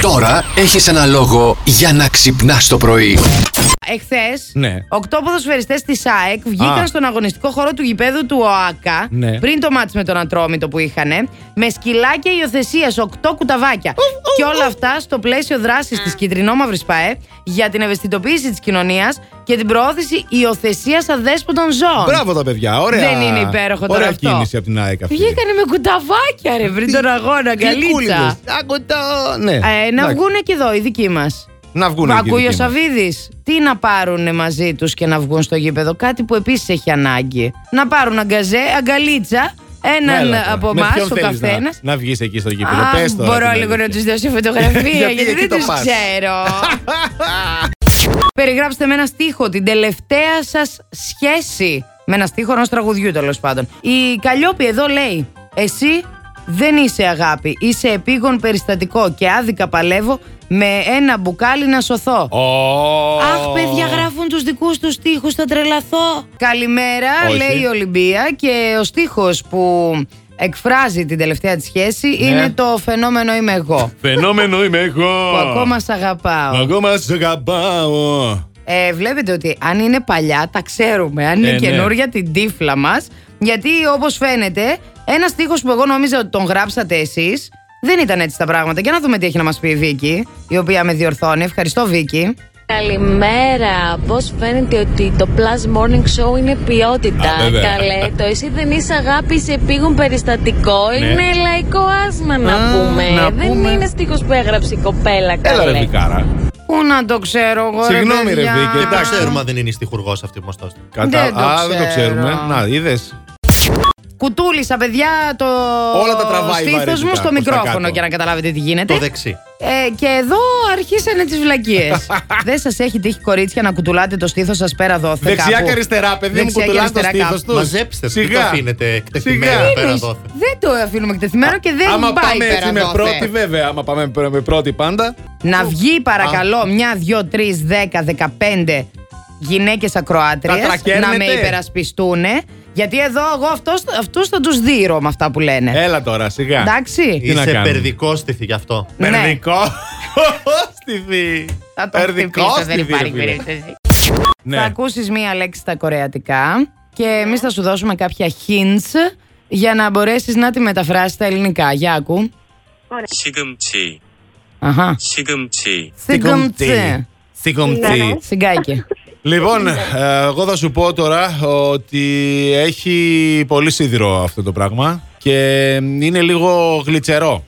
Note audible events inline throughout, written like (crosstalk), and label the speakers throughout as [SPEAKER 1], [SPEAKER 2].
[SPEAKER 1] Τώρα έχεις ένα λόγο για να ξυπνάς το πρωί.
[SPEAKER 2] Εχθές,
[SPEAKER 3] Ναι.
[SPEAKER 2] οκτώ ποδοσφαιριστέ της ΑΕΚ βγήκαν
[SPEAKER 3] Α.
[SPEAKER 2] στον αγωνιστικό χώρο του γηπέδου του ΟΑΚΑ
[SPEAKER 3] Ναι.
[SPEAKER 2] πριν το μάτς με τον Ατρόμητο που είχαν με σκυλάκια υιοθεσίας, οκτώ κουταβάκια. Και όλα αυτά στο πλαίσιο δράσης τη κυτρινόμαυρη ΠΑΕ για την ευαισθητοποίηση της κοινωνίας και την προώθηση υιοθεσίας αδέσποτων ζώων.
[SPEAKER 3] Μπράβο τα παιδιά, ωραία.
[SPEAKER 2] Λοιπόν. Δεν είναι υπέροχο τώρα
[SPEAKER 3] Ωραία
[SPEAKER 2] αυτό.
[SPEAKER 3] κίνηση από την ΑΕΚ αυτή.
[SPEAKER 2] Βγήκανε με κουταβάκια, ρε, πριν τον αγώνα,
[SPEAKER 3] Γλυκούλιδες.
[SPEAKER 2] καλίτσα.
[SPEAKER 3] Άκου το- Ναι.
[SPEAKER 2] Ε, να
[SPEAKER 3] Εντάξει.
[SPEAKER 2] βγούνε και εδώ οι δικοί μας.
[SPEAKER 3] Να βγούνε.
[SPEAKER 2] Μα
[SPEAKER 3] και οι
[SPEAKER 2] ακούει ο
[SPEAKER 3] δικοί μας.
[SPEAKER 2] Σαββίδης. Τι να πάρουν μαζί τους και να βγουν στο γήπεδο. Κάτι που επίσης έχει ανάγκη. Να πάρουν αγκαζέ, αγκαλίτσα, έναν
[SPEAKER 3] Έλα τώρα.
[SPEAKER 2] από
[SPEAKER 3] Με
[SPEAKER 2] εμάς,
[SPEAKER 3] ποιον
[SPEAKER 2] ο
[SPEAKER 3] θέλεις να-
[SPEAKER 2] καθένας.
[SPEAKER 3] Να βγεις εκεί στο γήπεδο. Πες τώρα.
[SPEAKER 2] μπορώ
[SPEAKER 3] την
[SPEAKER 2] λίγο να
[SPEAKER 3] αλήθεια.
[SPEAKER 2] τους δώσω φωτογραφία,
[SPEAKER 3] (laughs) Γιατί
[SPEAKER 2] γιατί
[SPEAKER 3] εκεί
[SPEAKER 2] δεν
[SPEAKER 3] το
[SPEAKER 2] τους
[SPEAKER 3] πας. (laughs)
[SPEAKER 2] ξέρω. Περιγράψτε με ένα στίχο την τελευταία σας σχέση. Με ένα στίχο ενός τραγουδιού τέλος πάντων. Η Καλλιόπη εδώ λέει: Εσύ δεν είσαι αγάπη. Είσαι επίγον περιστατικό και άδικα παλεύω με ένα μπουκάλι να σωθώ.
[SPEAKER 3] Ω.
[SPEAKER 2] Αχ, παιδιά, γράφουν τους δικούς τους στίχους, θα τρελαθώ. Καλημέρα,
[SPEAKER 3] Όχι.
[SPEAKER 2] λέει η Ολυμπία. Και ο στίχος που εκφράζει την τελευταία της σχέση
[SPEAKER 3] Ναι.
[SPEAKER 2] είναι το φαινόμενο Είμαι εγώ.
[SPEAKER 3] Φαινόμενο είμαι εγώ.
[SPEAKER 2] Που ακόμα σ' αγαπάω.
[SPEAKER 3] Ακόμα σε αγαπάω.
[SPEAKER 2] Ε, βλέπετε ότι αν είναι παλιά, τα ξέρουμε. Αν είναι
[SPEAKER 3] Ε, ναι.
[SPEAKER 2] καινούρια, την τύφλα μας. Γιατί όπως φαίνεται, ένας στίχος που εγώ νόμιζα ότι τον γράψατε εσείς, δεν ήταν έτσι τα πράγματα. Για να δούμε τι έχει να μας πει η Βίκη, η οποία με διορθώνει. Ευχαριστώ, Βίκη.
[SPEAKER 4] Καλημέρα. Πώς φαίνεται ότι το Plus Morning Show είναι ποιότητα.
[SPEAKER 3] Α, βέβαια.
[SPEAKER 4] Καλέ, το εσύ δεν είσαι αγάπη σε επίγον περιστατικό. Είναι λαϊκό άσμα να
[SPEAKER 3] Ναι. Α,
[SPEAKER 4] πούμε.
[SPEAKER 3] να
[SPEAKER 4] δεν
[SPEAKER 3] πούμε.
[SPEAKER 4] είναι στίχος που έγραψε η κοπέλα,
[SPEAKER 3] Έλα
[SPEAKER 4] καλέ.
[SPEAKER 3] ρε Βικάρα.
[SPEAKER 2] Πού να το ξέρω εγώ,
[SPEAKER 3] Συγγνώμη, ρε,
[SPEAKER 2] παιδιά.
[SPEAKER 3] Βίκη,
[SPEAKER 5] Δεν
[SPEAKER 3] εντάξει.
[SPEAKER 5] ξέρουμε αν δεν είναι η στιχουργός αυτή που μας το έστειλε.
[SPEAKER 3] Κατά...
[SPEAKER 2] Δεν το
[SPEAKER 3] Α, δεν το
[SPEAKER 2] ξέρω.
[SPEAKER 3] ξέρουμε. Να, είδες.
[SPEAKER 2] Κουτούλησα, παιδιά, το
[SPEAKER 3] Όλα τα τραβάει
[SPEAKER 2] στήθος μου
[SPEAKER 3] βαρετικά,
[SPEAKER 2] στο
[SPEAKER 3] προς τα
[SPEAKER 2] μικρόφωνο
[SPEAKER 3] κάτω.
[SPEAKER 2] για να καταλάβετε τι γίνεται.
[SPEAKER 5] Το δεξί.
[SPEAKER 2] Ε, και εδώ αρχίσανε τις βλακίες.
[SPEAKER 3] (laughs)
[SPEAKER 2] Δεν σας έχει τύχει κορίτσια να κουτουλάτε το στήθος σας πέρα δόθε
[SPEAKER 3] Δεξιά
[SPEAKER 2] κάπου.
[SPEAKER 3] και αριστερά, παιδί μου,
[SPEAKER 2] Δεξιά και
[SPEAKER 3] κουτουλά το
[SPEAKER 2] αριστερά
[SPEAKER 3] στήθος
[SPEAKER 2] κάπου.
[SPEAKER 3] τους.
[SPEAKER 5] Μαζέψτε το. Δεν το αφήνετε εκτεθειμένο
[SPEAKER 3] Σιγά.
[SPEAKER 5] πέρα
[SPEAKER 2] Εννοείς,
[SPEAKER 5] δόθε.
[SPEAKER 2] Δεν το αφήνουμε εκτεθειμένο και δεν
[SPEAKER 3] Άμα
[SPEAKER 2] πάει
[SPEAKER 3] πάμε
[SPEAKER 2] πέρα
[SPEAKER 3] έτσι με
[SPEAKER 2] δόθε.
[SPEAKER 3] πρώτη, βέβαια. Άμα πάμε π- με πρώτη πάντα.
[SPEAKER 2] Να βγει παρακαλώ μια, δυο, τρεις, δέκα, δεκαπέντε γυναίκες ακροάτριες
[SPEAKER 3] Τα τρακέρνετε.
[SPEAKER 2] να με υπερασπιστούν. Γιατί εδώ εγώ αυτός, αυτούς θα τους δείρω με αυτά που λένε.
[SPEAKER 3] Έλα τώρα, σιγά.
[SPEAKER 2] Εντάξει.
[SPEAKER 3] Τι να
[SPEAKER 5] Είσαι
[SPEAKER 3] κάνουμε.
[SPEAKER 5] περδικό στήθη γι' αυτό.
[SPEAKER 2] Ναι.
[SPEAKER 3] (laughs) Περδικό. Στιθί.
[SPEAKER 2] Θα το χτυπήσω, δεν υπάρχει περίπτωση. Θα
[SPEAKER 3] Ναι.
[SPEAKER 2] ακούσεις μία λέξη στα κορεατικά και εμείς θα σου δώσουμε κάποια hints για να μπορέσεις να τη μεταφράσεις στα ελληνικά. Για ακού.
[SPEAKER 6] 시금치,
[SPEAKER 2] Αχα.
[SPEAKER 6] 시금치.
[SPEAKER 2] Συγκομτσέ.
[SPEAKER 3] Σιγομτή.
[SPEAKER 2] Συγκάκι.
[SPEAKER 3] Λοιπόν, ε, εγώ θα σου πω τώρα ότι έχει πολύ σίδηρο αυτό το πράγμα και είναι λίγο γλιτσερό.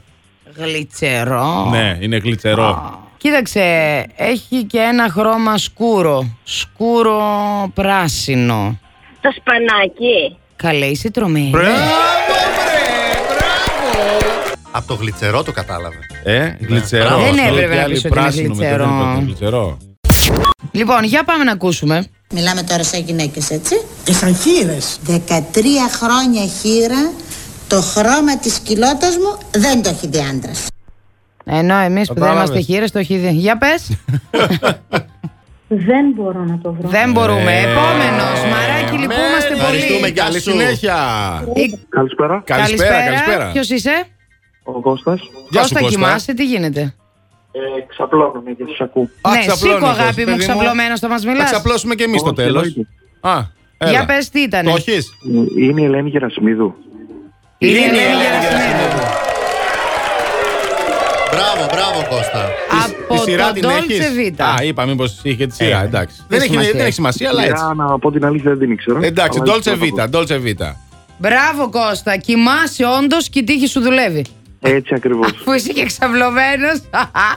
[SPEAKER 2] Γλιτσερό.
[SPEAKER 3] Ναι, είναι γλιτσερό.
[SPEAKER 2] Κοίταξε, έχει και ένα χρώμα σκούρο. Σκούρο πράσινο.
[SPEAKER 7] Το σπανάκι.
[SPEAKER 2] Καλέ, είσαι τρομερή.
[SPEAKER 5] Από το γλιτσερό το κατάλαβε.
[SPEAKER 3] Ε, γλιτσερό.
[SPEAKER 5] Δεν
[SPEAKER 3] Αυτό
[SPEAKER 2] έπρεπε
[SPEAKER 3] και
[SPEAKER 2] να
[SPEAKER 3] άλλη
[SPEAKER 2] πεις ότι είναι
[SPEAKER 3] πράσινο μετά δεν
[SPEAKER 2] γλιτσερό.
[SPEAKER 3] είπα γλιτσερό.
[SPEAKER 2] Λοιπόν, για πάμε να ακούσουμε.
[SPEAKER 8] Μιλάμε τώρα σαν γυναίκες, έτσι.
[SPEAKER 9] Ήσαν χείρες.
[SPEAKER 8] 13 χρόνια χείρα, το χρώμα της κοιλώτας μου δεν το έχει δει άντρας.
[SPEAKER 2] Ενώ εμείς που δεν
[SPEAKER 3] Κατάλαβες.
[SPEAKER 2] είμαστε χείρες το έχει δει. Για πες.
[SPEAKER 7] Δεν μπορώ να το βρω.
[SPEAKER 2] δεν μπορούμε.
[SPEAKER 3] Ε,
[SPEAKER 2] Επόμενος. Μαράκι, λυπούμαστε
[SPEAKER 5] Ευχαριστούμε
[SPEAKER 2] πολύ.
[SPEAKER 5] για
[SPEAKER 3] Καλή
[SPEAKER 5] σου.
[SPEAKER 3] συνέχεια.
[SPEAKER 2] Η-
[SPEAKER 10] Καλησπέρα,
[SPEAKER 3] Καλησπέρα, καλησπέρα.
[SPEAKER 2] Ποιος είσαι,
[SPEAKER 10] ο Κώστας.
[SPEAKER 3] Γεια σου,
[SPEAKER 2] Κώστα,
[SPEAKER 3] Κώστα.
[SPEAKER 2] κοιμάσαι, τι γίνεται.
[SPEAKER 10] Ε, ξαπλώνομαι και σας ακούω.
[SPEAKER 3] Α,
[SPEAKER 2] ναι,
[SPEAKER 3] ξαπλώνεις,
[SPEAKER 2] σήκω
[SPEAKER 3] Κώστα,
[SPEAKER 2] αγάπη μου,
[SPEAKER 3] παιδί
[SPEAKER 2] ξαπλωμένος θα μας
[SPEAKER 3] Θα
[SPEAKER 2] μιλά.
[SPEAKER 3] ξαπλώσουμε και εμείς στο
[SPEAKER 10] Όχι,
[SPEAKER 3] τέλος.
[SPEAKER 10] όχι.
[SPEAKER 3] Α, έλα.
[SPEAKER 2] Για ναι. πες τι ήταν.
[SPEAKER 3] Το έχεις?
[SPEAKER 10] Ε, Είναι η Ελένη Γερασμίδου.
[SPEAKER 2] Είναι η
[SPEAKER 3] Είναι η
[SPEAKER 2] Ελένη
[SPEAKER 3] Ελένη
[SPEAKER 2] Γερασμίδου.
[SPEAKER 5] Μπράβο, μπράβο Κώστα.
[SPEAKER 2] Από
[SPEAKER 3] Τη σειρά
[SPEAKER 2] το
[SPEAKER 3] την
[SPEAKER 2] Dolce
[SPEAKER 3] έχεις?
[SPEAKER 2] Vita.
[SPEAKER 3] Α, είπα μήπως είχε τη σειρά.
[SPEAKER 5] Ε,
[SPEAKER 3] Εντάξει.
[SPEAKER 2] δεν
[SPEAKER 3] Δεν έχει-
[SPEAKER 2] σημασία.
[SPEAKER 3] δεν έχει σημασία, αλλά έτσι.
[SPEAKER 10] Για να πω την αλήθεια δεν την ήξερα.
[SPEAKER 3] Εντάξει,
[SPEAKER 10] Αλλά
[SPEAKER 3] Dolce
[SPEAKER 10] έτσι το
[SPEAKER 3] Vita, Dolce Vita.
[SPEAKER 2] Μπράβο Κώστα, κοιμάσαι όντως και η τύχη σου δουλεύει.
[SPEAKER 10] πω. Έτσι ακριβώς.
[SPEAKER 2] Αφού είσαι και ξαπλωμένο.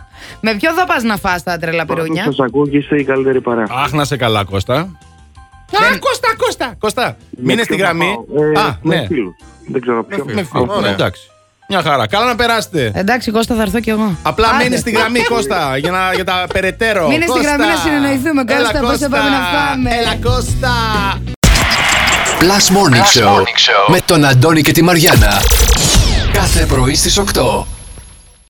[SPEAKER 2] (laughs) Με ποιο θα πας να φά τα τρελα
[SPEAKER 10] Πάντως
[SPEAKER 2] πυρούνια.
[SPEAKER 10] Σας ακούω και είστε η καλύτερη παρέα.
[SPEAKER 3] Αχ, να σε καλά, Κώστα. Α, Κώστα, Κώστα. Κώστα,
[SPEAKER 10] Με
[SPEAKER 3] μείνε στη
[SPEAKER 10] ποιον
[SPEAKER 3] γραμμή.
[SPEAKER 10] θα πάω. Ε,
[SPEAKER 3] Α,
[SPEAKER 10] με
[SPEAKER 3] ναι.
[SPEAKER 10] φίλους. Δεν ξέρω
[SPEAKER 3] Με
[SPEAKER 10] ποιον.
[SPEAKER 3] φίλους.
[SPEAKER 10] Α,
[SPEAKER 3] Ωραία, εντάξει. Μια χαρά. Καλά να περάσετε.
[SPEAKER 2] Εντάξει, Κώστα, θα έρθω κι εγώ.
[SPEAKER 3] Απλά
[SPEAKER 2] Άντε.
[SPEAKER 3] μείνε στη γραμμή, Κώστα, για, να, για τα περαιτέρω.
[SPEAKER 2] Μείνε στη
[SPEAKER 3] Κώστα.
[SPEAKER 2] γραμμή να συνεννοηθούμε,
[SPEAKER 3] Έλα,
[SPEAKER 2] Κώστα, πώς θα πάμε να φάμε.
[SPEAKER 3] Έλα, Κώστα.
[SPEAKER 1] Plus Morning, Show, με τον Αντώνη και τη Μαριάνα. Κάθε πρωί στις 8.